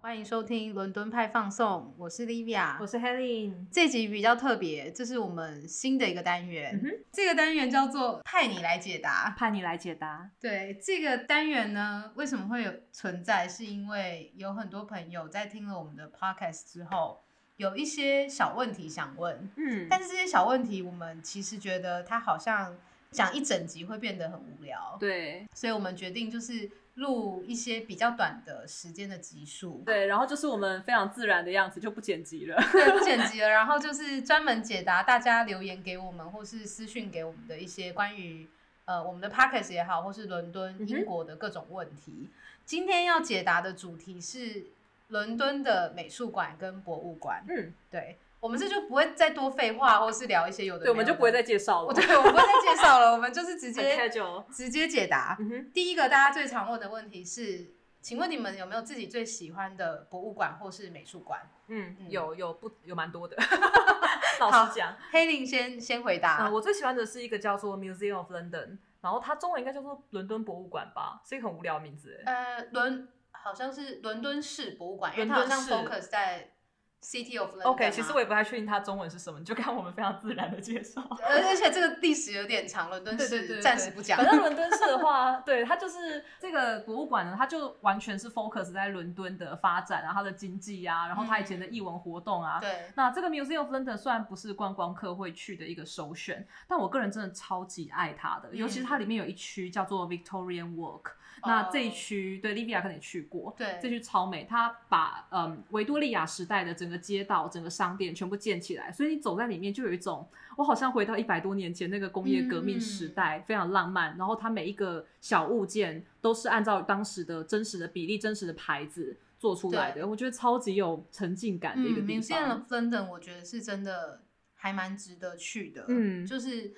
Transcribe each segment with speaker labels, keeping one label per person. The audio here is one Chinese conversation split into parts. Speaker 1: 欢迎收听《伦敦派放送》，我是 Livia，
Speaker 2: 我是 Helen。
Speaker 1: 这集比较特别，这是我们新的一个单元，这个单元叫做“派你来解答
Speaker 2: 派你来解答”。。
Speaker 1: 对，这个单元呢，为什么会有存在？是因为有很多朋友在听了我们的 podcast 之后，有一些小问题想问，
Speaker 2: 嗯
Speaker 1: 但是这些小问题，我们其实觉得它好像讲一整集会变得很无聊，
Speaker 2: 对
Speaker 1: 所以我们决定就是录一些比较短的时间的集数，
Speaker 2: 对，然后就是我们非常自然的样子，就不剪辑了。
Speaker 1: 对，不剪辑了，然后就是专门解答大家留言给我们或是私讯给我们的一些关于呃我们的 p o c k e t 也好，或是伦敦、
Speaker 2: 嗯哼
Speaker 1: 英国的各种问题。今天要解答的主题是伦敦的美术馆跟博物馆。
Speaker 2: 嗯，
Speaker 1: 对，我们这就不会再多废话，或是聊一些有的没
Speaker 2: 对，
Speaker 1: 有的
Speaker 2: 我们就不会再介绍了。
Speaker 1: 我对我不会再介绍了，我们就是直
Speaker 2: 很
Speaker 1: 接
Speaker 2: casual。
Speaker 1: 直接解答。
Speaker 2: 嗯哼，
Speaker 1: 第一个大家最常问的问题是，请问你们有没有自己最喜欢的博物馆或是美术馆？嗯
Speaker 2: 嗯，有有不有蛮 多的，老实讲。
Speaker 1: 黑林先先回答。
Speaker 2: 嗯，我最喜欢的是一个叫做 Museum of London，然后它中文应该叫做伦敦博物馆吧，是一个很无聊的名字。
Speaker 1: 呃，伦好像是伦敦市博物馆，因为
Speaker 2: 伦
Speaker 1: 它好
Speaker 2: 敦
Speaker 1: 像
Speaker 2: 市
Speaker 1: focus 在 City of London 嘛。
Speaker 2: OK，其实我也不太确定它中文是什么，你就看我们非常自然的介绍。
Speaker 1: 而而且这个历史有点长，伦敦
Speaker 2: 对对对
Speaker 1: 市
Speaker 2: 对
Speaker 1: 暂时不讲
Speaker 2: 反。正伦敦市 的话，对它就是这个博物馆呢，它就完全是 focus 在伦敦的发展啊，它的经济啊，然后它以前的艺文活动啊。
Speaker 1: 嗯对，
Speaker 2: 那这个 Museum of London 虽然不是观光客会去的一个首选，但我个人真的超级爱它的，尤
Speaker 1: 嗯
Speaker 2: 其是它里面有一区叫做 Victorian Walk，、那
Speaker 1: 哦
Speaker 2: 这一区对 Livia 可能也去过，
Speaker 1: 对
Speaker 2: 这区超美，它把嗯维多利亚时代的整个街道、整个商店全部建起来，所以你走在里面就有一种我好像回到一百多年前那个工业革命时
Speaker 1: 嗯
Speaker 2: 代，非常浪漫。然后它每一个小物件都是按照当时的真实的比例、真实的牌子做出来的，我觉得超级有沉浸感的一个
Speaker 1: 嗯
Speaker 2: 地
Speaker 1: ，Museum
Speaker 2: 方。
Speaker 1: of London 我觉得是真的还蛮值得去的。
Speaker 2: 嗯
Speaker 1: 就是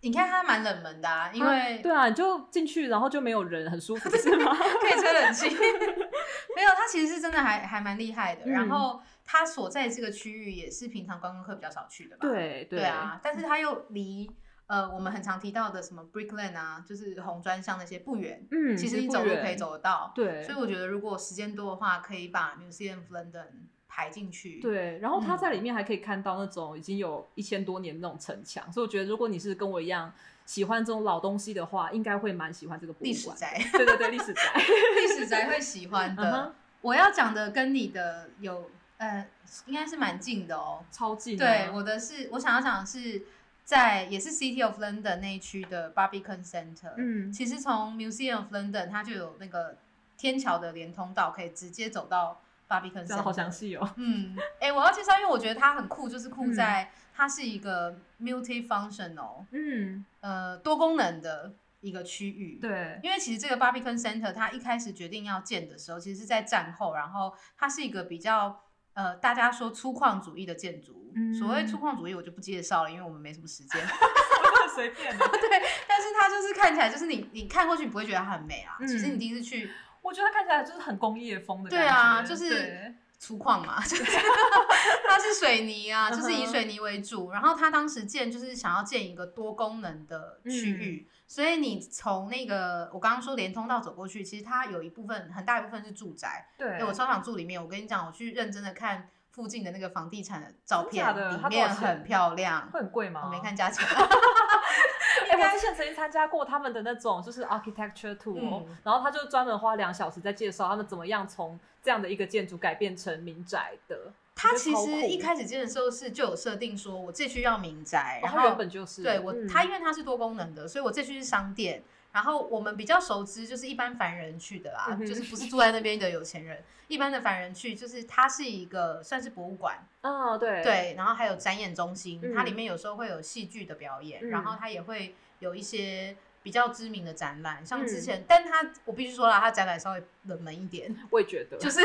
Speaker 1: 你看它蛮冷门的，啊，因为啊
Speaker 2: 对啊，你就进去，然后就没有人，很舒 服，是吗？
Speaker 1: 可以吹冷气。 没有，它其实是真的还还蛮厉害的。
Speaker 2: 嗯
Speaker 1: 然后它所在这个区域也是平常观光客比较少去的吧？
Speaker 2: 对
Speaker 1: 对啊，但是它又离呃我们很常提到的什么 Brick Lane 啊，就是红砖巷那些不远，
Speaker 2: 嗯，
Speaker 1: 其实你
Speaker 2: 不
Speaker 1: 走路
Speaker 2: 远
Speaker 1: 可以。走得到。
Speaker 2: 对，
Speaker 1: 所以我觉得如果时间多的话，可以把 Museum of London 排进去。，
Speaker 2: 对，然后
Speaker 1: 嗯
Speaker 2: 他在里面还可以看到那种已经有一千多年的那种城墙，所以我觉得如果你是跟我一样喜欢这种老东西的话，应该会蛮喜欢这个博
Speaker 1: 历
Speaker 2: 物
Speaker 1: 史
Speaker 2: 馆。
Speaker 1: 宅，
Speaker 2: 对对对，历 史宅。
Speaker 1: 历史宅会喜欢
Speaker 2: 嗯
Speaker 1: 的。
Speaker 2: 哼，
Speaker 1: 我要讲的跟你的有呃，应该是蛮近的哦。
Speaker 2: 超近啊。
Speaker 1: 对，我的是我想要讲的是在也是 City of London 那一区的 Barbican Centre。
Speaker 2: 嗯，
Speaker 1: 其实从 Museum of London 它就有那个天桥的连通道，可以直接走到 Barbican
Speaker 2: 讲的好详
Speaker 1: Centre。
Speaker 2: 细哦。
Speaker 1: 嗯，哎、我要介绍，因为我觉得它很酷，就是酷在它是一个 multifunctional，
Speaker 2: 嗯，
Speaker 1: 呃，多功能的一个区域。。
Speaker 2: 对，
Speaker 1: 因为其实这个 Barbican Center 它一开始决定要建的时候，其实是在战后，然后它是一个比较呃大家说粗犷主义的建筑。
Speaker 2: 嗯
Speaker 1: 所谓粗犷主义，我就不介绍了，因为我们没什么时间。
Speaker 2: 随便的。
Speaker 1: 但是它就是看起来，就是你你看过去，你不会觉得它很美啊。
Speaker 2: 嗯
Speaker 1: 其实你第一次去
Speaker 2: 我觉得它看起来就是很工业风的感
Speaker 1: 对
Speaker 2: 觉。
Speaker 1: 啊就是
Speaker 2: 对
Speaker 1: 粗犷嘛， 就是它是水泥啊，就是以
Speaker 2: 嗯哼
Speaker 1: 水泥为主。然后它当时建就是想要建一个多功能的区域，
Speaker 2: 嗯
Speaker 1: 所以你从那个我刚刚说连通道走过去，其实它有一部分很大一部分是住宅。哎、
Speaker 2: 对，
Speaker 1: 我超想住里面，我跟你讲，我去认真的看附近的那个房地产的照片，
Speaker 2: 真假的
Speaker 1: 里
Speaker 2: 它多少
Speaker 1: 面
Speaker 2: 钱哦
Speaker 1: 很漂 亮。
Speaker 2: 会很贵吗？
Speaker 1: 我没看。价 钱，
Speaker 2: 哎，我之前曾经参加过他们的那种就是 architecture tour，
Speaker 1: 嗯
Speaker 2: 然后他就专门花两小时在介绍他们怎么样从这样的一个建筑改变成民宅的。
Speaker 1: 它其
Speaker 2: 我觉得超
Speaker 1: 实
Speaker 2: 酷
Speaker 1: 一开始建的时候是就有设定说，我这区要民宅，然
Speaker 2: 然后
Speaker 1: 后
Speaker 2: 哦原本就是
Speaker 1: 对我，
Speaker 2: 嗯
Speaker 1: 它因为它是多功能的，所以我这区是商店。然后我们比较熟知就是一般凡人去的啦
Speaker 2: 嗯，哼
Speaker 1: 就是不是住在那边的有钱人，一般的凡人去就是它是一个算是博物馆，
Speaker 2: 啊、对，
Speaker 1: 对，然后还有展演中心，
Speaker 2: 嗯
Speaker 1: 它里面有时候会有戏剧的表演，
Speaker 2: 嗯
Speaker 1: 然后它也会有一些比较知名的展览，像
Speaker 2: 嗯
Speaker 1: 之前，但它我必须说啦，它展览稍微冷门一点，
Speaker 2: 我也觉得，
Speaker 1: 就是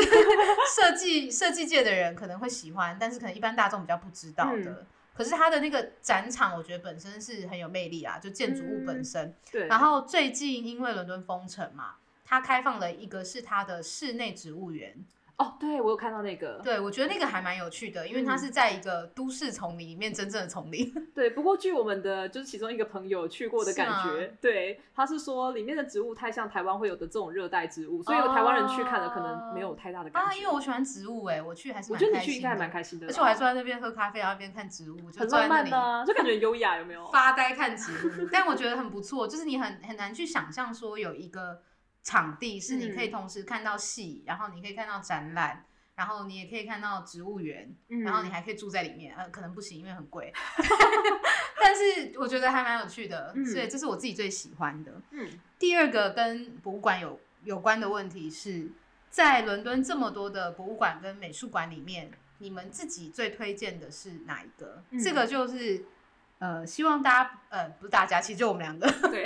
Speaker 1: 设计设计界的人可能会喜欢，但是可能一般大众比较不知道的。可是它的那个展场，我觉得本身是很有魅力啊，就建筑物本身。
Speaker 2: 对，
Speaker 1: 然后最近因为伦敦封城嘛，它开放了一个是它的室内植物园，
Speaker 2: 哦，对我有看到那个，
Speaker 1: 对，我觉得那个还蛮有趣的，因为它
Speaker 2: 嗯
Speaker 1: 是在一个都市丛林里面，真正的丛林。
Speaker 2: 对，不过据我们的就是其中一个朋友去过的
Speaker 1: 是
Speaker 2: 感
Speaker 1: 吗
Speaker 2: 觉，对，他是说里面的植物太像台湾会有的这种热带植物，所以有台湾人去看了可能没有太大的感觉。
Speaker 1: 哦啊，因为我喜欢植物哎、我去还是
Speaker 2: 我
Speaker 1: 蛮
Speaker 2: 觉得
Speaker 1: 开
Speaker 2: 你去
Speaker 1: 心
Speaker 2: 应该还
Speaker 1: 的，
Speaker 2: 蛮开心的啦，
Speaker 1: 而且我还坐在那边喝咖啡，然后一边看植物，就
Speaker 2: 很
Speaker 1: 坐在那
Speaker 2: 浪漫
Speaker 1: 里
Speaker 2: 的、就感觉很优雅，有没有？
Speaker 1: 发呆看 植
Speaker 2: 嗯
Speaker 1: 物。但我觉得很不错，就是你很很难去想象说有一个场地是你可以同时看到戏，然后你可以看到展览，然后你也可以看到植物园，
Speaker 2: 嗯
Speaker 1: 然后你还可以住在里面，呃，可能不行，因为很贵。 但是我觉得还蛮有趣的，
Speaker 2: 嗯
Speaker 1: 所以这是我自己最喜欢的。
Speaker 2: 嗯
Speaker 1: 第二个跟博物馆有有关的问题是，在伦敦这么多的博物馆跟美术馆里面，你们自己最推荐的是哪一个？
Speaker 2: 嗯
Speaker 1: 这个就是呃，希望大家呃，不是大家，其实就我们两个，
Speaker 2: 对，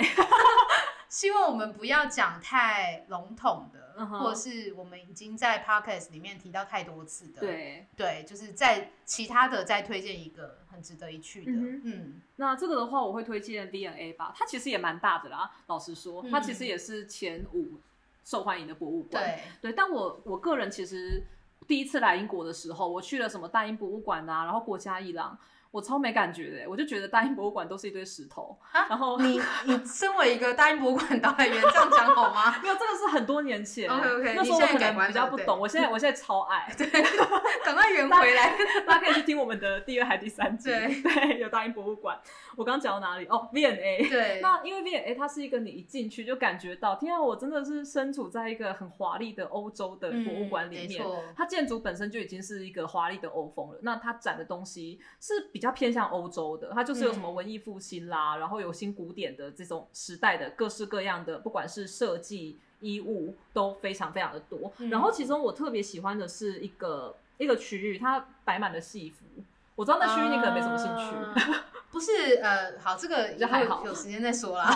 Speaker 1: 希望我们不要讲太笼统的，
Speaker 2: 嗯哼
Speaker 1: 或者是我们已经在 podcast 里面提到太多次的，
Speaker 2: 对。
Speaker 1: 对，就是在其他的再推荐一个很值得一去的，
Speaker 2: 嗯
Speaker 1: 嗯
Speaker 2: 那这个的话，我会推荐 V&A 吧，它其实也蛮大的啦。老实说，它其实
Speaker 1: 嗯
Speaker 2: 也是前五受欢迎的博物馆。
Speaker 1: 对，
Speaker 2: 对，但我我个人其实第一次来英国的时候，我去了什么大英博物馆啊，然后国家伊朗，我超没感觉的欸，我就觉得大英博物馆都是一堆石头，
Speaker 1: 啊
Speaker 2: 然后
Speaker 1: 你你身为一个大英博物馆导览员，这样讲好吗？
Speaker 2: 没有，这个是很多年前
Speaker 1: OK，OK，
Speaker 2: 那
Speaker 1: 你
Speaker 2: 时候我
Speaker 1: 现在
Speaker 2: 可
Speaker 1: 改
Speaker 2: 能
Speaker 1: 观
Speaker 2: 比较
Speaker 1: 了
Speaker 2: 不
Speaker 1: 对
Speaker 2: 懂，我现在我现在超 爱，
Speaker 1: 赶快圆回来。
Speaker 2: 大家可以去听我们的第二还第三 集，
Speaker 1: 对
Speaker 2: 对，有大英博物馆。我刚刚讲到哪里？哦，V&A，
Speaker 1: 对，
Speaker 2: 那因为 V&A 它是一个你一进去就感觉到，天啊，我真的是身处在一个很华丽的欧洲的博物馆里
Speaker 1: 嗯没
Speaker 2: 面。
Speaker 1: 错
Speaker 2: 它建筑本身就已经是一个华丽的欧风了，那它展的东西是比较偏向欧洲的，它就是有什么
Speaker 1: 嗯
Speaker 2: 文艺复兴啦，然后有新古典的这种时代的各式各样的，不管是设计、衣物都非常非常的多。
Speaker 1: 嗯
Speaker 2: 然后其中我特别喜欢的是一个一个区域，它摆满了戏服。我知道那区域你可能没什么兴趣，
Speaker 1: 啊不是呃，好，这个以
Speaker 2: 这还好
Speaker 1: 后有时间再说啦。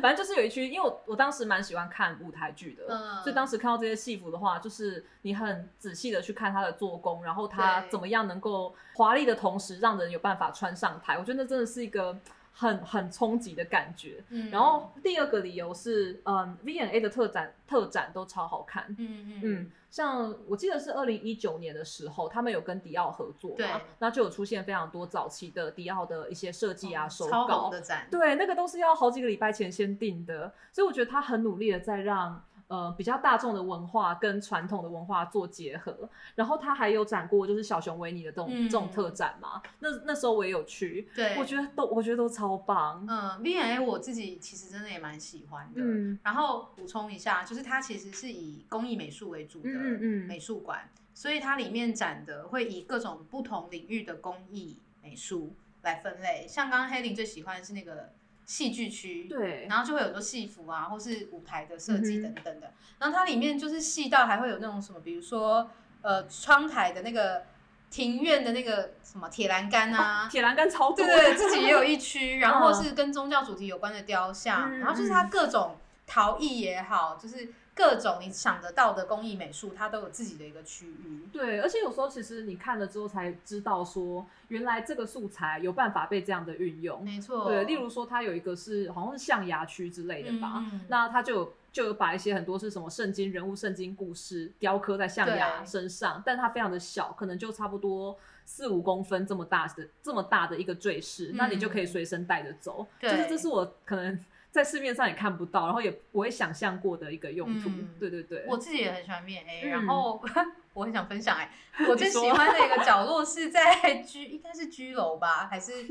Speaker 2: 反正就是有一区，因为我我当时蛮喜欢看舞台剧的，
Speaker 1: 嗯
Speaker 2: 所以当时看到这些戏服的话，就是你很仔细的去看它的做工，然后它
Speaker 1: 对
Speaker 2: 怎么样能够华丽的同时让人有办法穿上台，我觉得那真的是一个很很冲击的感觉。
Speaker 1: 嗯
Speaker 2: 然后第二个理由是，嗯，V&A 的特展特展都超好看。
Speaker 1: 嗯嗯
Speaker 2: 嗯，像我记得是二零一九年的时候，他们有跟迪奥合作
Speaker 1: 对
Speaker 2: 嘛，那就有出现非常多早期的迪奥的一些设计啊、手
Speaker 1: 哦超
Speaker 2: 稿
Speaker 1: 好的展，
Speaker 2: 对，那个都是要好几个礼拜前先定的，所以我觉得他很努力的在让呃比较大众的文化跟传统的文化做结合。然后他还有展过就是小熊维尼的这种、这种
Speaker 1: 嗯
Speaker 2: 特展嘛，那那时候我也有去，
Speaker 1: 对，
Speaker 2: 我觉得都我觉得都超棒。
Speaker 1: 嗯 V A 我自己其实真的也蛮喜欢的。
Speaker 2: 嗯
Speaker 1: 然后补充一下，就是它其实是以工艺美术为主的
Speaker 2: 嗯嗯嗯
Speaker 1: 美术馆，所以它里面展的会以各种不同领域的工艺美术来分类。像刚刚黑林最喜欢的是那个戏剧区，
Speaker 2: 对
Speaker 1: 然后就会有很多戏服啊，或是舞台的设计
Speaker 2: 嗯
Speaker 1: 等
Speaker 2: 哼
Speaker 1: 等的。然后它里面就是细到还会有那种什么，比如说呃窗台的那个庭院的那个什么铁栏杆啊，
Speaker 2: 铁栏杆超多
Speaker 1: 对
Speaker 2: 的，
Speaker 1: 对，自己也有一区，然后
Speaker 2: 嗯
Speaker 1: 是跟宗教主题有关的雕像，
Speaker 2: 嗯
Speaker 1: 然后就是它各种陶艺也好，就是各种你想得到的工艺美术，它都有自己的一个区域。
Speaker 2: 对，而且有时候其实你看了之后才知道说，原来这个素材有办法被这样的运用。
Speaker 1: 没错，
Speaker 2: 对，例如说它有一个是好像是象牙区之类的吧，
Speaker 1: 嗯嗯
Speaker 2: 那他就有就有把一些很多是什么圣经人物、圣经故事雕刻在象牙
Speaker 1: 对
Speaker 2: 身上，但它非常的小，可能就差不多四五公分这么大的这么大的一个坠饰，
Speaker 1: 嗯
Speaker 2: 那你就可以随身带着走。
Speaker 1: 对
Speaker 2: 就是这是我可能在市面上也看不到，然后也不会想象过的一个用途。
Speaker 1: 嗯
Speaker 2: 对对对，
Speaker 1: 我自己也很喜欢面 A，、
Speaker 2: 嗯
Speaker 1: 然后 我很想分享哎、 我最
Speaker 2: 你说
Speaker 1: 喜欢的一个角落是在居，应该是居楼吧，还 是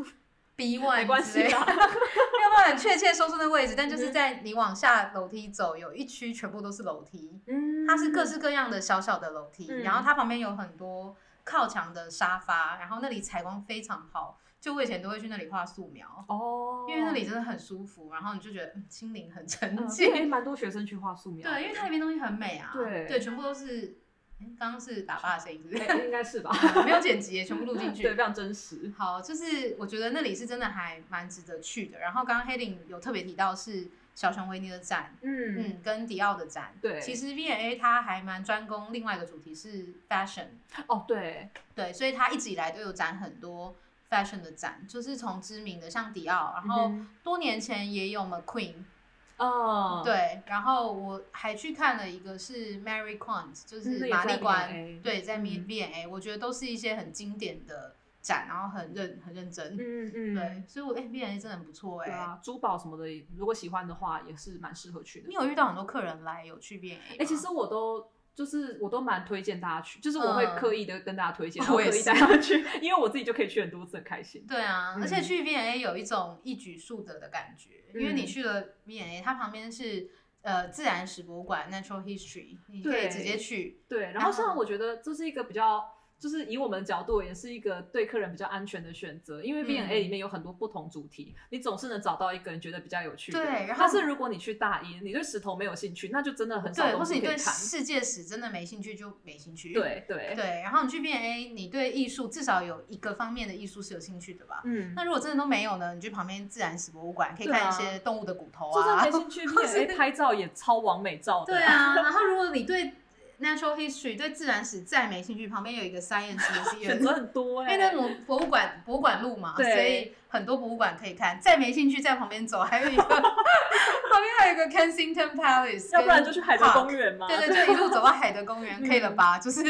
Speaker 1: B one
Speaker 2: 没关系啦
Speaker 1: 没
Speaker 2: 嗯
Speaker 1: 有办法很确切说出那个位置，但就是在你往下楼梯走，有一区全部都是楼梯，
Speaker 2: 嗯
Speaker 1: 它是各式各样的小小的楼梯，
Speaker 2: 嗯
Speaker 1: 然后它旁边有很多靠墙的沙发，然后那里采光非常好，就我以前都会去那里画素描，
Speaker 2: 哦，
Speaker 1: 因为那里真的很舒服，然后你就觉得嗯心灵很
Speaker 2: 嗯
Speaker 1: 沉静。
Speaker 2: 对，蛮多学生去画素描，
Speaker 1: 对，因为它里面东西很美啊，
Speaker 2: 对
Speaker 1: 全部都是，诶刚刚是喇叭的声音，是 不
Speaker 2: 哎
Speaker 1: 是？
Speaker 2: 应该是吧，
Speaker 1: 没有剪辑耶，全部录进
Speaker 2: 对，
Speaker 1: 去
Speaker 2: 非。常真实。
Speaker 1: 好，就是我觉得那里是真的还蛮值得去的。然后刚刚黑领有特别提到是小熊维尼的展，
Speaker 2: 嗯，
Speaker 1: 嗯，跟迪奥的展。
Speaker 2: 对
Speaker 1: 其实 V&A 它还蛮专攻另外一个主题是 fashion，
Speaker 2: 哦，对，
Speaker 1: 对，所以它一直以来都有展很多 fashion 的展，就是从知名的像迪奥，然后
Speaker 2: 嗯
Speaker 1: 多年前也有 McQueen，
Speaker 2: 嗯，
Speaker 1: 对，然后我还去看了一个是 Mary Quant，就
Speaker 2: 嗯那
Speaker 1: 是
Speaker 2: 也
Speaker 1: 玛
Speaker 2: 在
Speaker 1: 丽关
Speaker 2: V&A，
Speaker 1: 对，在
Speaker 2: 嗯
Speaker 1: V A，、我觉得都是一些很经典的展，然后很认很认真，
Speaker 2: 嗯嗯，
Speaker 1: 对，所以我哎 V A 真的很不错哎、
Speaker 2: 对啊，珠宝什么的，如果喜欢的话，也是蛮适合去的。
Speaker 1: 你有遇到很多客人来有去 V A，哎
Speaker 2: 哎、其实我都就是我都蛮推荐大家去，就是我会
Speaker 1: 嗯哦
Speaker 2: 刻意的跟大家推荐，
Speaker 1: 我
Speaker 2: 然后
Speaker 1: 也
Speaker 2: 刻意
Speaker 1: 是
Speaker 2: 带他们去， 因为我自己就可以去很多次，很开心。
Speaker 1: 对啊，
Speaker 2: 嗯
Speaker 1: 而且去 V A 有一种一举数得的感觉，因为
Speaker 2: 嗯
Speaker 1: 你去了 V A，它旁边是呃自然史博物馆 （Natural History），你可
Speaker 2: 对
Speaker 1: 以直接去，
Speaker 2: 对，然
Speaker 1: 然
Speaker 2: 后
Speaker 1: 后
Speaker 2: 像我觉得这是一个比较。就是以我们的角度，也是一个对客人比较安全的选择，因为
Speaker 1: 嗯
Speaker 2: B&A 里面有很多不同主题，你总是能找到一个人觉得比较有趣的。
Speaker 1: 对然后
Speaker 2: 但是如果你去大一，你对石头没有兴趣，那就真的很少
Speaker 1: 对，
Speaker 2: 东
Speaker 1: 或是
Speaker 2: 西
Speaker 1: 你
Speaker 2: 可以
Speaker 1: 对
Speaker 2: 看。
Speaker 1: 世界史真的没兴趣就没兴趣，。
Speaker 2: 对对，
Speaker 1: 对，然后你去 B&A，你对艺术至少有一个方面的艺术是有兴趣的吧？
Speaker 2: 嗯，
Speaker 1: 那如果真的都没有呢？你去旁边自然史博物馆，可以
Speaker 2: 对
Speaker 1: 看
Speaker 2: 啊
Speaker 1: 一些动物的骨头
Speaker 2: 就算
Speaker 1: 啊
Speaker 2: 没。兴趣，B&A 拍照也超完美照的。
Speaker 1: 对，啊，然后如果你对 natural history 对自然史再没兴趣，旁边有一个 science 也是有，
Speaker 2: 选择很多
Speaker 1: 因为
Speaker 2: 哎、
Speaker 1: 那种博物馆博物馆路嘛，所
Speaker 2: 对
Speaker 1: 以很多博物馆可以看。再没兴趣，在旁边走，还有 一个旁边还有一个 Kensington Palace，
Speaker 2: 要不然就去海德公
Speaker 1: 园。
Speaker 2: 园嘛。
Speaker 1: 对对，就一路走到海德公园，可以了吧？就是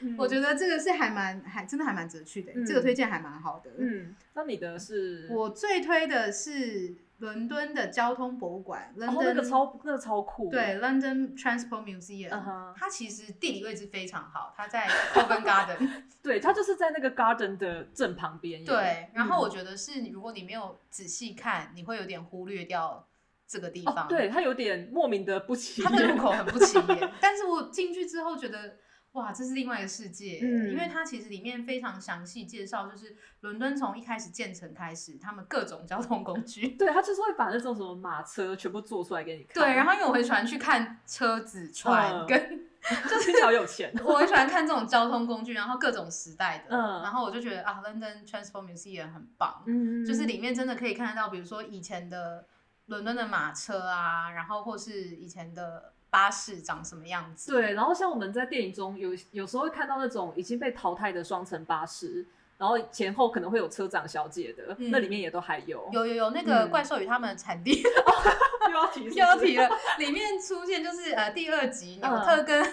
Speaker 2: 嗯
Speaker 1: 我觉得这个是还蛮还真的还蛮值得去的、
Speaker 2: 嗯
Speaker 1: 这个推荐还蛮好的。，
Speaker 2: 嗯，那你的是哦
Speaker 1: 我最推的是伦敦的交通博物馆
Speaker 2: 然哦后那个
Speaker 1: ，London、
Speaker 2: 超那个超酷，欸
Speaker 1: 对 London Transport Museum，、
Speaker 2: 嗯哼
Speaker 1: 它其实地理位置非常好，它在 Covent Garden，
Speaker 2: 对，它就是在那个 garden 的正旁边。哦
Speaker 1: 对。然
Speaker 2: 嗯
Speaker 1: 后我觉得是，如果你没有仔细看，你会有点忽略掉这个地
Speaker 2: 哦
Speaker 1: 方。，
Speaker 2: 对，它有点莫名的不起
Speaker 1: 它的入
Speaker 2: 眼。
Speaker 1: 口很不起眼，但是我进去之后觉得。哇，这是另外一个世界，
Speaker 2: 嗯
Speaker 1: 因为它其实里面非常详细介绍，就是伦敦从一开始建成开始，他们各种交通工具。
Speaker 2: 对，它就是会把那种什么马车全部做出来给你看。
Speaker 1: 对， 然后因为我很喜欢去看车子、船，
Speaker 2: 嗯
Speaker 1: 跟
Speaker 2: 就是好有钱。哦
Speaker 1: 我很喜欢看这种交通工具，然后各种时代的，
Speaker 2: 嗯
Speaker 1: 然后我就觉得啊，London Transport Museum 很棒，
Speaker 2: 嗯
Speaker 1: 就是里面真的可以看得到，比如说以前的伦敦的马车啊，然后或是以前的巴士长什么样子。
Speaker 2: 对，然后像我们在电影中有有时候会看到那种已经被淘汰的双层巴士，然后前后可能会有车长小姐的，
Speaker 1: 嗯
Speaker 2: 那里面也都还有。
Speaker 1: 有有有，那个
Speaker 2: 嗯
Speaker 1: 怪兽与他们的产 地
Speaker 2: 又要提是不是
Speaker 1: 标题了，里面出现就是呃第二集
Speaker 2: 嗯
Speaker 1: 纽特跟、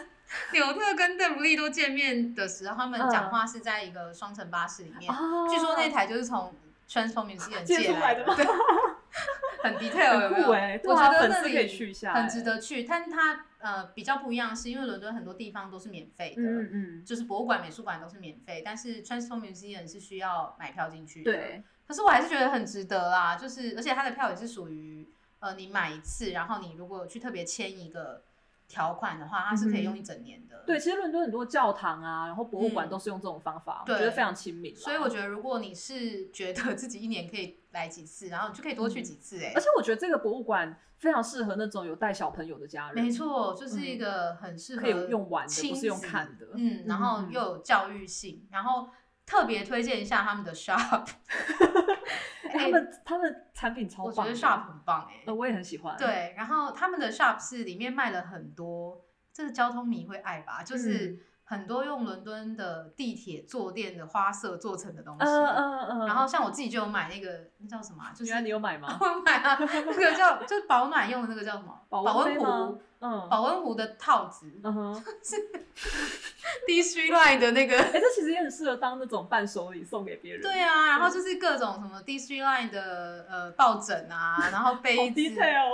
Speaker 1: 纽特跟邓布利多见面的时候，他们
Speaker 2: 嗯
Speaker 1: 讲话是在一个双层巴士里面，
Speaker 2: 啊，
Speaker 1: 据说那台就是从 Transform Museum
Speaker 2: 借
Speaker 1: 借
Speaker 2: 出来的吗
Speaker 1: 对， 很 detail 有没
Speaker 2: 很
Speaker 1: 有？
Speaker 2: 酷哎，对
Speaker 1: 我
Speaker 2: 啊
Speaker 1: 觉得
Speaker 2: 粉
Speaker 1: 那
Speaker 2: 丝可以
Speaker 1: 里
Speaker 2: 去一下，欸
Speaker 1: 很值。得去，但它呃比较不一样，是因为伦敦很多地方都是免费的。
Speaker 2: 嗯嗯，
Speaker 1: 就是博物馆、美术馆都是免费，但是 Transform Museum 是需要买票进去的。
Speaker 2: 对，
Speaker 1: 可是我还是觉得很值得啦，就是而且它的票也是属于呃，你买一次，然后你如果去特别签一个条款的话，它是可以用一整年的。
Speaker 2: 嗯对，，其实伦敦很多教堂啊，然后博物馆
Speaker 1: 嗯
Speaker 2: 都是用这种方法，我
Speaker 1: 对
Speaker 2: 觉得非常亲民啦。
Speaker 1: 所以我觉得如果你是觉得自己一年可以来几次，然后你就可以多去几次、欸，
Speaker 2: 嗯而且我觉得这个博物馆非常适合那种有带小朋友的家人，
Speaker 1: 没，错，就是一个很适合
Speaker 2: 嗯可以用玩的，
Speaker 1: 亲
Speaker 2: 不是
Speaker 1: 子
Speaker 2: 用看的。
Speaker 1: 嗯，然后又有教育性，然后特别推荐一下他们的 shop，
Speaker 2: 哎
Speaker 1: 哎
Speaker 2: 他们他们产品超
Speaker 1: 我觉
Speaker 2: 棒的，
Speaker 1: 得 shop 很棒哎、
Speaker 2: 呃我也很喜欢。，
Speaker 1: 对，然后他们的 shop 是里面卖了很多，这个交通迷会爱吧，
Speaker 2: 嗯
Speaker 1: 就是很多用伦敦的地铁坐垫的花色做成的东西。
Speaker 2: 嗯嗯嗯，
Speaker 1: 然后像我自己就有买那个那叫什么、啊，就
Speaker 2: 原
Speaker 1: 是
Speaker 2: 来你有买吗？
Speaker 1: 我买啊，那个叫就是保暖用的那个叫什么？
Speaker 2: 保温
Speaker 1: 温
Speaker 2: 杯吗
Speaker 1: 壶，？
Speaker 2: 嗯，
Speaker 1: 保温壶的套子
Speaker 2: 嗯哼，
Speaker 1: ，D C Line 的那个。
Speaker 2: 哎，这其实也很适合当那种伴手礼送给别 人。
Speaker 1: 对啊，
Speaker 2: 嗯
Speaker 1: 然后就是各种什么 D C Line 的呃抱枕啊，然后
Speaker 2: 好
Speaker 1: 杯子，
Speaker 2: detail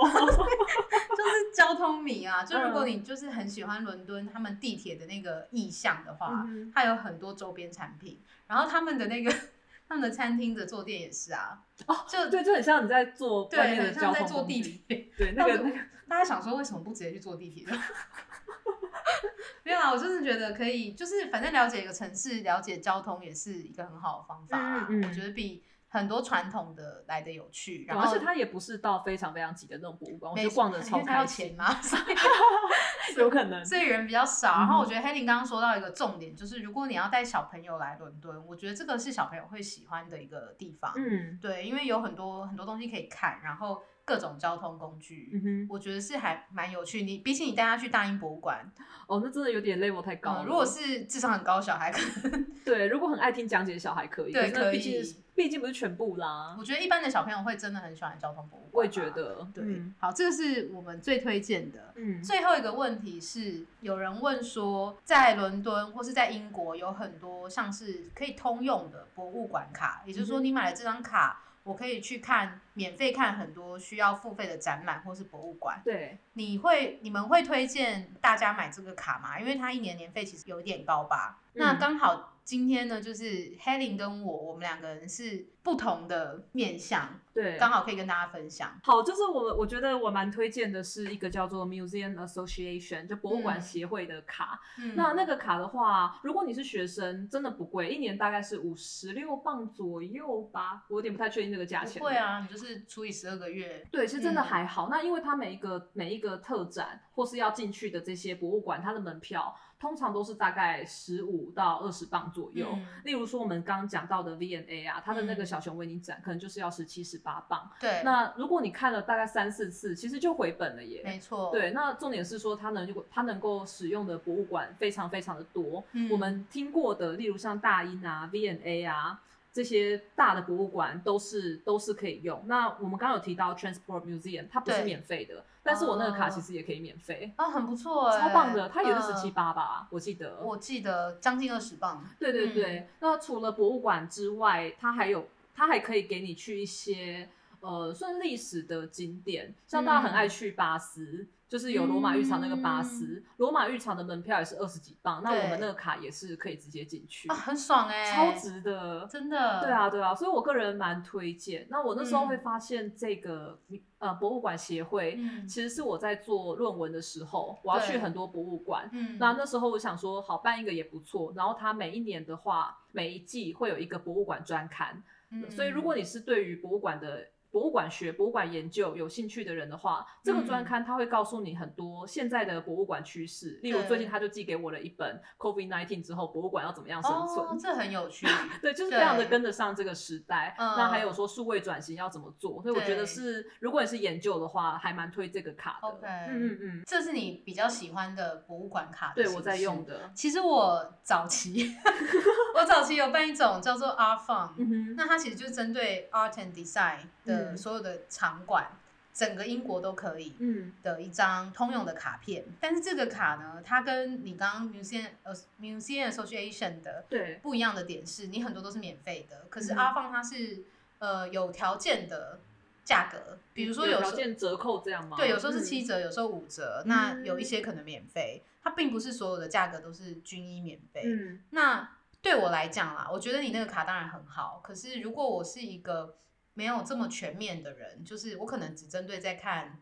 Speaker 2: 哦，
Speaker 1: 就是交通迷啊，就如果
Speaker 2: 嗯
Speaker 1: 你就是很喜欢伦敦他们地铁的那个意象的话，
Speaker 2: 嗯哼
Speaker 1: 它有很多周边产品，然后他们的那个 他们的餐厅的坐垫也是啊，
Speaker 2: 哦
Speaker 1: 就
Speaker 2: 对，就很像你在坐
Speaker 1: 对
Speaker 2: 外面的
Speaker 1: 很
Speaker 2: 交
Speaker 1: 像在
Speaker 2: 通
Speaker 1: 坐
Speaker 2: 工
Speaker 1: 地
Speaker 2: 具，
Speaker 1: 铁。
Speaker 2: 对，那个
Speaker 1: 到
Speaker 2: 那
Speaker 1: 底
Speaker 2: 个
Speaker 1: 大家想说为什么不直接去坐地铁？ 没有啊啦，我就是觉得可以，就是反正了解一个城市，了解交通也是一个很好的方法啦。
Speaker 2: 嗯嗯啊
Speaker 1: 我觉得比很多传统的来的有趣，然
Speaker 2: 而
Speaker 1: 后
Speaker 2: 且它也不是到非常非常挤的那种博物馆，我
Speaker 1: 没
Speaker 2: 觉 得逛的
Speaker 1: 因
Speaker 2: 超
Speaker 1: 为它要
Speaker 2: 开
Speaker 1: 钱
Speaker 2: 心，
Speaker 1: 嘛，所以
Speaker 2: 有可能。
Speaker 1: 所以人比较少。然
Speaker 2: 嗯
Speaker 1: 后我觉得 Helen 刚刚说到一个重点，就是如果你要带小朋友来伦敦，我觉得这个是小朋友会喜欢的一个地方。
Speaker 2: 嗯，
Speaker 1: 对，因为有很多很多东西可以看，然后各种交通工具。
Speaker 2: 嗯哼，
Speaker 1: 我觉得是还蛮有趣，你比起你带他去大英博物馆，
Speaker 2: 哦，那真的有点 level 太高了。
Speaker 1: 嗯，如果是智商很高的小孩，可能
Speaker 2: 对，如果很爱听讲解的小孩可以，
Speaker 1: 对
Speaker 2: 可是那
Speaker 1: 可以
Speaker 2: 毕竟毕竟不是全部啦
Speaker 1: 我。觉得一般的小朋友会真的很喜欢交通博物馆吧。
Speaker 2: 我也觉得，
Speaker 1: 对，
Speaker 2: 嗯
Speaker 1: 好，这个是我们最推荐的。
Speaker 2: 嗯，
Speaker 1: 最后一个问题是，有人问说，在伦敦或是在英国有很多像是可以通用的博物馆卡，也就是说，
Speaker 2: 嗯哼
Speaker 1: 你买了这张卡，我可以去看免费看很多需要付费的展览或是博物馆。
Speaker 2: 对，
Speaker 1: 你会你们会推荐大家买这个卡吗？因为它一年年费其实有一点高吧。
Speaker 2: 嗯
Speaker 1: 那刚好今天呢，就是 Helen 跟我，我们两个人是不同的面向，
Speaker 2: 对，
Speaker 1: 刚好可以跟大家分享。
Speaker 2: 好，就是我我觉得我蛮推荐的是一个叫做 Museum Association，就博物馆
Speaker 1: 嗯
Speaker 2: 协会的卡。
Speaker 1: 嗯
Speaker 2: 那那个卡的话，如果你是学生，真的不贵，一年大概是五十六磅左右吧，我有点不太确定这个价钱。
Speaker 1: 不会。啊，你就是除以十二个月，
Speaker 2: 对，是真的
Speaker 1: 嗯
Speaker 2: 还好。那因为它每一个每一个特展或是要进去的这些博物馆，它的门票通常都是大概十五到二十磅左右。
Speaker 1: 嗯
Speaker 2: 例如说我们刚刚讲到的 V&A 啊，它的那个
Speaker 1: 嗯
Speaker 2: 小熊维尼展可能就是要十七、十八磅。
Speaker 1: 对，
Speaker 2: 那如果你看了大概三四次，其实就回本了耶。
Speaker 1: 没错，，
Speaker 2: 对，那重点是说它能它能够使用的博物馆非常非常的多。
Speaker 1: 嗯
Speaker 2: 我们听过的，例如像大英啊、V&A 啊这些大的博物馆，都是都是可以用。那我们刚刚有提到 Transport Museum，它不是
Speaker 1: 对
Speaker 2: 免费的，但是我那个卡
Speaker 1: 哦
Speaker 2: 其实也可以免费，
Speaker 1: 啊，很不错、欸，
Speaker 2: 超棒的。它也是
Speaker 1: 嗯
Speaker 2: 十七，八吧，我记得。
Speaker 1: 我记得将近二十磅，
Speaker 2: 对对
Speaker 1: 嗯
Speaker 2: 对，那除了博物馆之外，它还有它还可以给你去一些呃算历史的景点，像大家
Speaker 1: 嗯
Speaker 2: 很爱去巴斯，就是有罗马浴场那个巴斯，罗、马浴场的门票也是二十几磅，那
Speaker 1: 对
Speaker 2: 我们那个卡也是可以直接进去，
Speaker 1: 啊，很爽哎、
Speaker 2: 超，值的。
Speaker 1: 真的，
Speaker 2: 对，啊，对啊，所以我个人蛮推荐。那我那时候
Speaker 1: 嗯
Speaker 2: 会发现这个、呃博物馆协会，
Speaker 1: 嗯
Speaker 2: 其实是我在做论文的时候，我要去
Speaker 1: 对
Speaker 2: 很多博物馆，
Speaker 1: 嗯，
Speaker 2: 那那时候我想说，好办一个也不错。然后它每一年的话，每一季会有一个博物馆专刊，
Speaker 1: 嗯
Speaker 2: 所以如果你是对于博物馆的博物馆学、博物馆研究有兴趣的人的话，这个
Speaker 1: 嗯
Speaker 2: 专刊它会告诉你很多现在的博物馆趋势。例如
Speaker 1: 对
Speaker 2: 最近他就寄给我了一本 COVID nineteen 之后博物馆要怎么样生存。
Speaker 1: 哦，这很有 趣，
Speaker 2: 对，就是非常的
Speaker 1: 对
Speaker 2: 跟得上这个时代。
Speaker 1: 嗯
Speaker 2: 那还有说数位转型要怎么做，所以我觉
Speaker 1: 对
Speaker 2: 得是，如果你是研究的话，还蛮推这个卡的。
Speaker 1: OK
Speaker 2: 嗯嗯嗯，
Speaker 1: 这是你比较喜欢的博物馆卡，
Speaker 2: 对我在用。的。
Speaker 1: 其实我早期， 我早期有办一种叫做 Art Fun，、
Speaker 2: 嗯哼，
Speaker 1: 那它其实就是针对 Art and Design 的
Speaker 2: 嗯
Speaker 1: 所有的场馆，整个英国都可以。
Speaker 2: 嗯
Speaker 1: 的一张通用的卡片，但是这个卡呢，它跟你刚刚 museum 呃 museum association 的
Speaker 2: 对。
Speaker 1: 不一样的点是，你很多都是免费的，可是
Speaker 2: 嗯
Speaker 1: 阿放它是呃有条件的价格，比如说有时
Speaker 2: 条
Speaker 1: 候
Speaker 2: 件折扣这样吗？
Speaker 1: 对，有时候是
Speaker 2: 嗯
Speaker 1: 七折，有时候五折，
Speaker 2: 嗯
Speaker 1: 那有一些可能免费，它并不是所有的价格都是均一免费，
Speaker 2: 嗯
Speaker 1: 那对我来讲啦，我觉得你那个卡当然很好，可是如果我是一个没有这么全面的人，就是我可能只针对在看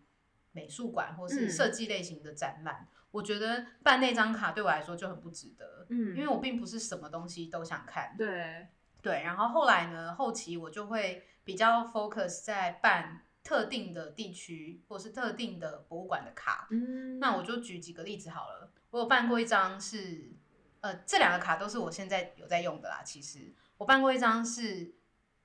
Speaker 1: 美术馆或是
Speaker 2: 嗯
Speaker 1: 设计类型的展览，我觉得办那张卡对我来说就很不值得，
Speaker 2: 嗯，
Speaker 1: 因为我并不是什么东西都想看。
Speaker 2: 对嗯
Speaker 1: 对，然后后来呢，后期我就会比较 focus 在办特定的地区或是特定的博物馆的卡。
Speaker 2: 嗯，
Speaker 1: 那我就举几个例子好了。我有办过一张是，呃，这两个卡都是我现在有在用的啦。其实我办过一张是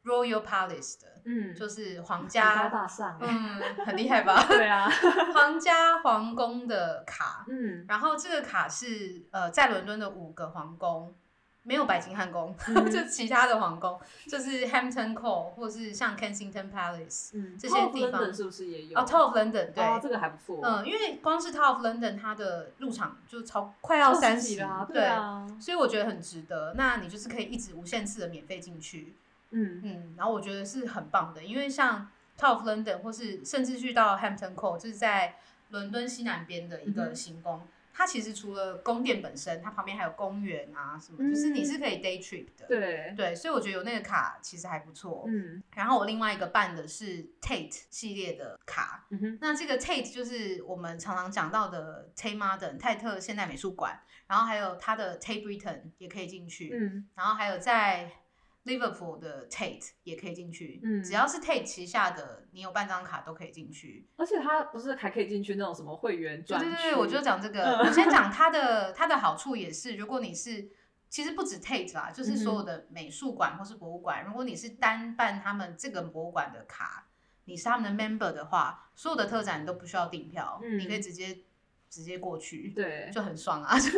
Speaker 1: Royal Palace 的，
Speaker 2: 嗯
Speaker 1: 就是皇
Speaker 2: 很高
Speaker 1: 家，
Speaker 2: 大上欸，
Speaker 1: 嗯，很厉害吧？
Speaker 2: 对啊，
Speaker 1: 皇家皇宫的卡。
Speaker 2: 嗯，
Speaker 1: 然后这个卡是呃，在伦敦的五个皇宫，没有白金汉宫，
Speaker 2: 嗯
Speaker 1: 就其他的皇宫，就是 Hampton Court 或是像 Kensington Palace，
Speaker 2: 嗯，
Speaker 1: 这些
Speaker 2: Top
Speaker 1: 地方
Speaker 2: London 是不是也有？
Speaker 1: 哦，Tower of London，对，
Speaker 2: 哦这个还不错，
Speaker 1: 嗯，因为光是 Tower of London 它的入场就超快要
Speaker 2: 二十
Speaker 1: 三
Speaker 2: 几
Speaker 1: 十
Speaker 2: 啦，
Speaker 1: 对
Speaker 2: 对啊，
Speaker 1: 所以我觉得很值得。那你就是可以一直无限次的免费进去，
Speaker 2: 嗯
Speaker 1: 嗯，然后我觉得是很棒的，因为像 Tower of London 或是甚至去到 Hampton Court，就是在伦敦西南边的一
Speaker 2: 嗯
Speaker 1: 个
Speaker 2: 哼
Speaker 1: 行宫。它其实除了宫殿本身，它旁边还有公园啊什么，
Speaker 2: 嗯
Speaker 1: 就是你是可以 day trip 的。
Speaker 2: 对，
Speaker 1: 对，所以我觉得有那个卡其实还不错。
Speaker 2: 嗯
Speaker 1: 然后我另外一个办的是 Tate 系列的卡，
Speaker 2: 嗯哼，
Speaker 1: 那这个 Tate 就是我们常常讲到的 Tate Modern 泰特现代美术馆，然后还有它的 Tate Britain 也可以进去，
Speaker 2: 嗯
Speaker 1: 然后还有在 Liverpool 的 Tate 也可以进去，
Speaker 2: 嗯
Speaker 1: 只要是 Tate 旗下的，你有半张卡都可以进去。
Speaker 2: 而且它不是还可以进去那种什么会员
Speaker 1: 对
Speaker 2: 专
Speaker 1: 对
Speaker 2: 区，
Speaker 1: 对，我就讲这个，
Speaker 2: 嗯
Speaker 1: 我先讲它的它的好处也是，如果你是其实不止 Tate 啦，就是所有的美术馆或是博物馆，如果你是单办他们这个博物馆的卡，你是他们的 member 的话，所有的特展你都不需要订票，
Speaker 2: 嗯
Speaker 1: 你可以直接直接过去，
Speaker 2: 对，
Speaker 1: 就很爽啊！就是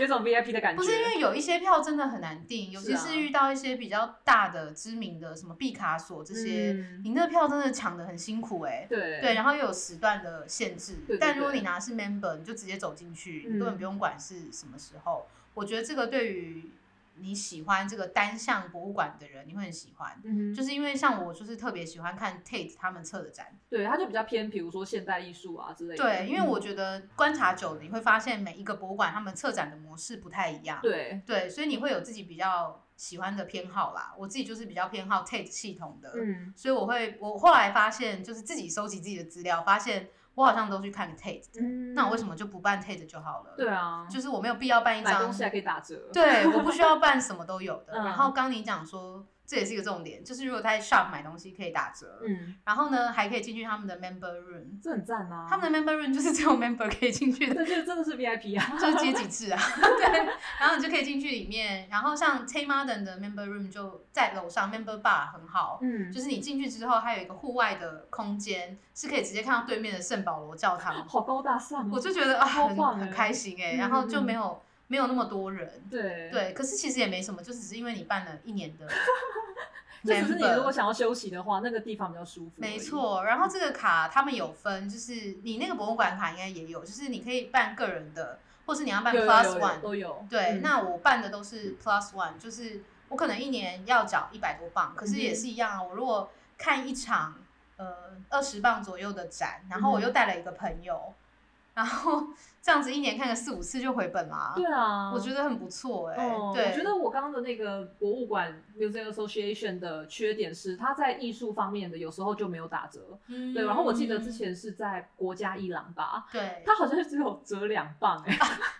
Speaker 2: 有种 VIP 的感觉。
Speaker 1: 不是因为有一些票真的很难订，尤
Speaker 2: 是
Speaker 1: 其
Speaker 2: 啊
Speaker 1: 是遇到一些比较大的、知名的，什么毕卡索这些，
Speaker 2: 嗯
Speaker 1: 你那个票真的抢的很辛苦哎、
Speaker 2: 对
Speaker 1: 对，然后又有时段的限制，
Speaker 2: 对对
Speaker 1: 但如果你拿是 member，你就直接走进去，
Speaker 2: 嗯
Speaker 1: 你根本不用管是什么时候。我觉得这个对于你喜欢这个单项博物馆的人，你会很喜欢，
Speaker 2: 嗯
Speaker 1: 就是因为像我就是特别喜欢看 Tate 他们测的展，
Speaker 2: 对，它就比较偏，比如说现代艺术啊之类的。
Speaker 1: 对，因为
Speaker 2: 嗯
Speaker 1: 我觉得观察久了，你会发现每一个博物馆他们策展的模式不太一样，
Speaker 2: 对，
Speaker 1: 对，所以你会有自己比较喜欢的偏好啦。我自己就是比较偏好 Tate 系统的，
Speaker 2: 嗯，
Speaker 1: 所以我会，我后来发现，就是自己收集自己的资料，发现我好像都去看 Tate 的，
Speaker 2: 嗯
Speaker 1: 那我为什么就不办 Tate 就好了？
Speaker 2: 对，啊，
Speaker 1: 就是我没有必要办一
Speaker 2: 买
Speaker 1: 张
Speaker 2: 东，西还可以打折。
Speaker 1: 对，我不需要办什么都有的。
Speaker 2: 嗯
Speaker 1: 然后刚你讲说，这也是一个重点，就是如果在 shop 买东西可以打折，
Speaker 2: 嗯，
Speaker 1: 然后呢还可以进去他们的 member room，
Speaker 2: 这很赞啊。
Speaker 1: 他们的 member room 就是只有 member 可以进去的。
Speaker 2: 这就真的是 VIP 啊。
Speaker 1: 就是阶级制啊，对，然后你就可以进去里面，然后像 Tay Modern 的 Member Room 就在楼上，Member Bar 很好，
Speaker 2: 嗯，
Speaker 1: 就是你进去之后，它有一个户外的空间，是可以直接看到对面的圣保罗教堂，
Speaker 2: 好高大上
Speaker 1: 我
Speaker 2: 哦。
Speaker 1: 就觉得啊，
Speaker 2: 超
Speaker 1: 很
Speaker 2: 棒
Speaker 1: 很
Speaker 2: 的
Speaker 1: 开心哎、
Speaker 2: 嗯
Speaker 1: 然后就没有没有那么多人，
Speaker 2: 对，
Speaker 1: 对，可是其实也没什么，就只是因为你办了一年 的
Speaker 2: 就只是你如果
Speaker 1: member。
Speaker 2: 想要休息的话，那个地方比较舒服。
Speaker 1: 没。错，然后这个卡他们有分，就是你那个博物馆卡应该也有，就是你可以办个人的，或是你要办
Speaker 2: 有有
Speaker 1: Plus
Speaker 2: 有
Speaker 1: One，
Speaker 2: 有都有。
Speaker 1: 对，
Speaker 2: 嗯
Speaker 1: 那我办的都是 plus one，就是我可能一年要缴一百多磅，可是也
Speaker 2: 嗯哼
Speaker 1: 是一样啊。我如果看一场呃二十磅左右的展，然后我
Speaker 2: 嗯哼
Speaker 1: 又带了一个朋友，然后 这样子一年看个四五次就回本啦、
Speaker 2: 对啊，
Speaker 1: 我觉得很不错哎、
Speaker 2: 哦，
Speaker 1: 对，
Speaker 2: 我觉得我刚刚的那个博物馆 Museum Association 的缺点是，它在艺术方面的有时候就没有打折。
Speaker 1: 嗯
Speaker 2: 对，然后我记得之前是在国家伊朗吧，
Speaker 1: 对，
Speaker 2: 它好像是只有折两磅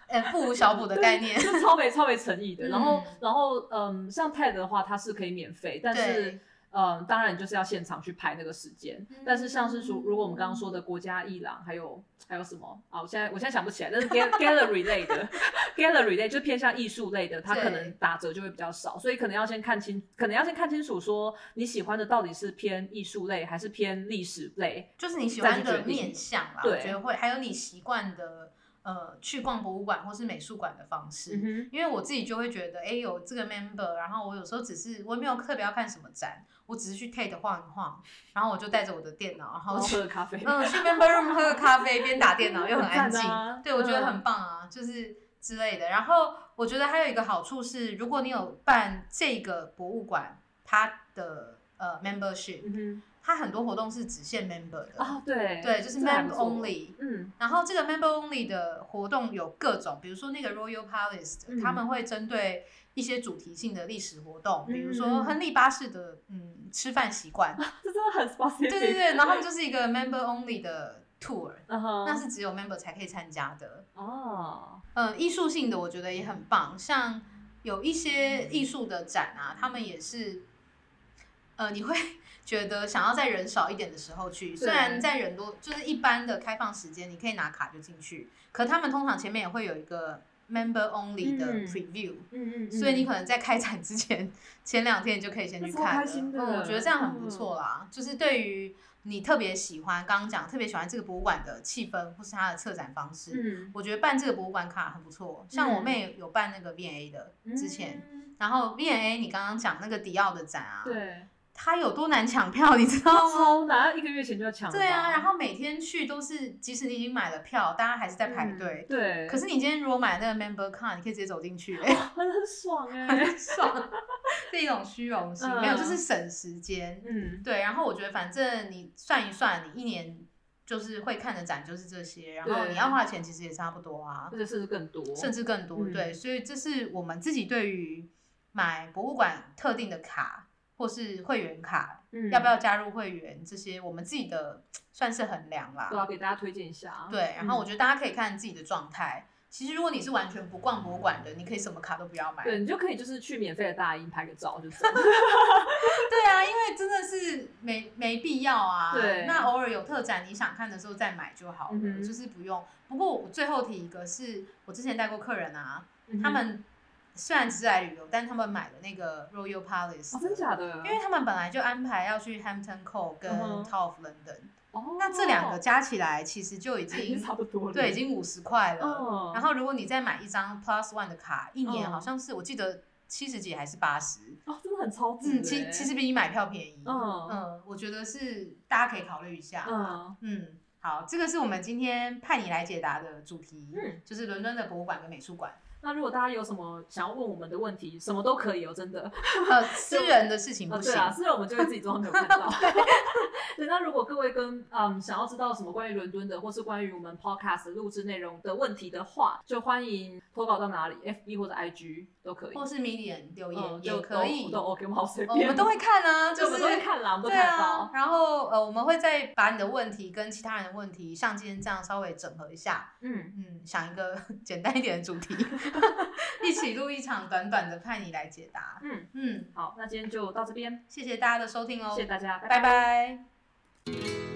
Speaker 2: 哎、
Speaker 1: 呃不无小补的概念，
Speaker 2: 就超没超没诚意的。然后
Speaker 1: 嗯
Speaker 2: 然后嗯，像 TED 的话，它是可以免费， 但是
Speaker 1: 对。
Speaker 2: 嗯，当然就是要现场去排那个时间
Speaker 1: 嗯，
Speaker 2: 但是像是说，如果我们刚刚说的国家艺廊，还有还有什么啊？我现在我现在想不起来，但是 gal- gallery 类的 gallery 类就是偏向艺术类的，它
Speaker 1: 对
Speaker 2: 可能打折就会比较少，所以可能要先看清，可能要先看清楚说你喜欢的到底是偏艺术类还是偏历史类。
Speaker 1: 就是你喜欢
Speaker 2: 再
Speaker 1: 的
Speaker 2: 去决定
Speaker 1: 面相啦，我
Speaker 2: 对
Speaker 1: 觉得会，还有你习惯的呃去逛博物馆或是美术馆的方式，
Speaker 2: 嗯
Speaker 1: 因为我自己就会觉得，哎、有这个 member，然后我有时候只是我也没有特别要看什么展，我只是去 Tate 晃一晃，然后我就带着我的电脑，然
Speaker 2: 然
Speaker 1: 后
Speaker 2: 后
Speaker 1: 去
Speaker 2: 喝咖啡，
Speaker 1: 嗯去 member room 喝个咖啡，边打电脑又很安静，
Speaker 2: 很赞啊
Speaker 1: 对我觉得
Speaker 2: 嗯
Speaker 1: 很棒啊，就是之类的。然后我觉得还有一个好处是，如果你有办这个博物馆它的呃 membership，
Speaker 2: 嗯
Speaker 1: 它很多活动是只限 member 的，
Speaker 2: 哼，啊对
Speaker 1: 对，就是
Speaker 2: 这还
Speaker 1: member
Speaker 2: 不错
Speaker 1: only。
Speaker 2: 嗯
Speaker 1: 然后这个 member only 的活动有各种，比如说那个 Royal Palace，、
Speaker 2: 嗯
Speaker 1: 他们会针对一些主题性的历史活动，
Speaker 2: 嗯
Speaker 1: 比如说亨利八世的嗯吃饭习 惯，
Speaker 2: 这真的很 specific，
Speaker 1: 对对对，然后就是一个 member only 的 tour，
Speaker 2: 嗯哼，
Speaker 1: 那是只有 member 才可以参加的。
Speaker 2: 哦，
Speaker 1: 呃，艺术性的我觉得也很棒，像有一些艺术的展啊，他们也是，呃，你会 觉得想要在人少一点的时候去，虽然在人多，就是一般的开放时间，你可以拿卡就进去，可他们通常前面也会有一个 member only 的
Speaker 2: 嗯
Speaker 1: preview，、
Speaker 2: 嗯嗯，
Speaker 1: 所以你可能在开展之前前两天你就可以先去
Speaker 2: 那超
Speaker 1: 看了，
Speaker 2: 开心的
Speaker 1: 嗯，我觉得这样很不错啦。就是对于你特别喜欢，刚刚讲特别喜欢这个博物馆的气氛或是它的策展方式，
Speaker 2: 嗯
Speaker 1: 我觉得办这个博物馆卡很不错，像我
Speaker 2: 嗯
Speaker 1: 妹有办那个 V&A 的之前，
Speaker 2: 嗯
Speaker 1: 然后 V&A 你刚刚讲那个迪奥的展啊，
Speaker 2: 对。
Speaker 1: 它有多难抢票，你知 道吗？
Speaker 2: 超难，一个月前就要抢了吧。
Speaker 1: 啊对啊，然后每天去都是，即使你已经买了票，大家还是在排队。
Speaker 2: 嗯对，
Speaker 1: 可
Speaker 2: 是
Speaker 1: 是你今天如果买那个 member card，你可以直接走进去、
Speaker 2: 哦
Speaker 1: 欸，
Speaker 2: 很很爽哎、
Speaker 1: 很爽，是一种虚荣心，
Speaker 2: 嗯
Speaker 1: 没有就是省时间。
Speaker 2: 嗯，
Speaker 1: 对，然后我觉得反正你算一算，你一年就是会看的展就是这些，然后
Speaker 2: 对
Speaker 1: 你要花的钱其实也差不多啊。
Speaker 2: 或者甚至更多，
Speaker 1: 甚至更多。
Speaker 2: 嗯
Speaker 1: 对，所以这是我们自己对于买博物馆特定的卡或是会员卡，
Speaker 2: 嗯
Speaker 1: 要不要加入会员这些，我们自己的算是衡量啦
Speaker 2: 对。啊，给大家推荐一下。
Speaker 1: 对，然后我
Speaker 2: 嗯
Speaker 1: 觉得大家可以看自己的状态。其实如果你是完全不逛博物馆的，你可以什么卡都不要买。
Speaker 2: 对你就可以就是去免费的大英拍个照，就嗯这样。
Speaker 1: 对啊，因为真的是没没必要啊。
Speaker 2: 对
Speaker 1: 那偶尔有特展，你想看的时候再买就好了，
Speaker 2: 嗯哼嗯
Speaker 1: 就是不用。不过我最后提一个是，我之前带过客人啊，他们虽然只是来旅游，但他们买了那个 Royal Palace，、
Speaker 2: 哦，真假的？
Speaker 1: 因为他们本来就安排要去 Hampton Court 跟
Speaker 2: 嗯哼
Speaker 1: Tower of London，、
Speaker 2: 哦，
Speaker 1: 那这两个加起来其实就已
Speaker 2: 已经
Speaker 1: 经
Speaker 2: 差不多了，
Speaker 1: 对已经五十块了。
Speaker 2: 嗯，
Speaker 1: 然后如果你再买一张 Plus One 的卡，一年
Speaker 2: 嗯
Speaker 1: 好像是、我记得七十几还是八十，
Speaker 2: 哦，真的很超值欸，
Speaker 1: 嗯，其其实比你买票便宜。
Speaker 2: 嗯
Speaker 1: 嗯，我觉得是大家可以考虑一下。
Speaker 2: 嗯
Speaker 1: 嗯，好，这个是我们今天派你来解答的主题，
Speaker 2: 嗯
Speaker 1: 就是伦敦的博物馆跟美术馆。
Speaker 2: 那如果大家有什么想要问我们的问题，什么都可以哦，真的。
Speaker 1: 呃， 私人的事情
Speaker 2: 啊，
Speaker 1: 不
Speaker 2: 对
Speaker 1: 行。
Speaker 2: 啊，虽然我们就会自己装没有看到。 对，那如果各位跟嗯想要知道什么关于伦敦的，或是关于我们 podcast 的录制内容的问题的话，就欢迎投稿到哪里，FB 或者 IG 都可以，
Speaker 1: 或是 Medium 留言、
Speaker 2: 嗯，
Speaker 1: 哦也
Speaker 2: 就
Speaker 1: 可以
Speaker 2: 都，都 OK，我们好随
Speaker 1: 呃
Speaker 2: 便，
Speaker 1: 我们都会看啊，
Speaker 2: 对
Speaker 1: 就
Speaker 2: 我
Speaker 1: 是
Speaker 2: 们都会看啦，我们都
Speaker 1: 对
Speaker 2: 看得
Speaker 1: 啊
Speaker 2: 到。，
Speaker 1: 然后呃，我们会再把你的问题跟其他人的问题，像今天这样稍微整合一下，
Speaker 2: 嗯，
Speaker 1: 嗯，想一个 简单一点的主题， 一起录一场短短的派你来解答。
Speaker 2: 嗯，
Speaker 1: 嗯，
Speaker 2: 好，那今天就到这边，
Speaker 1: 谢谢大家的收听哦，
Speaker 2: 谢谢大家，拜拜
Speaker 1: 拜拜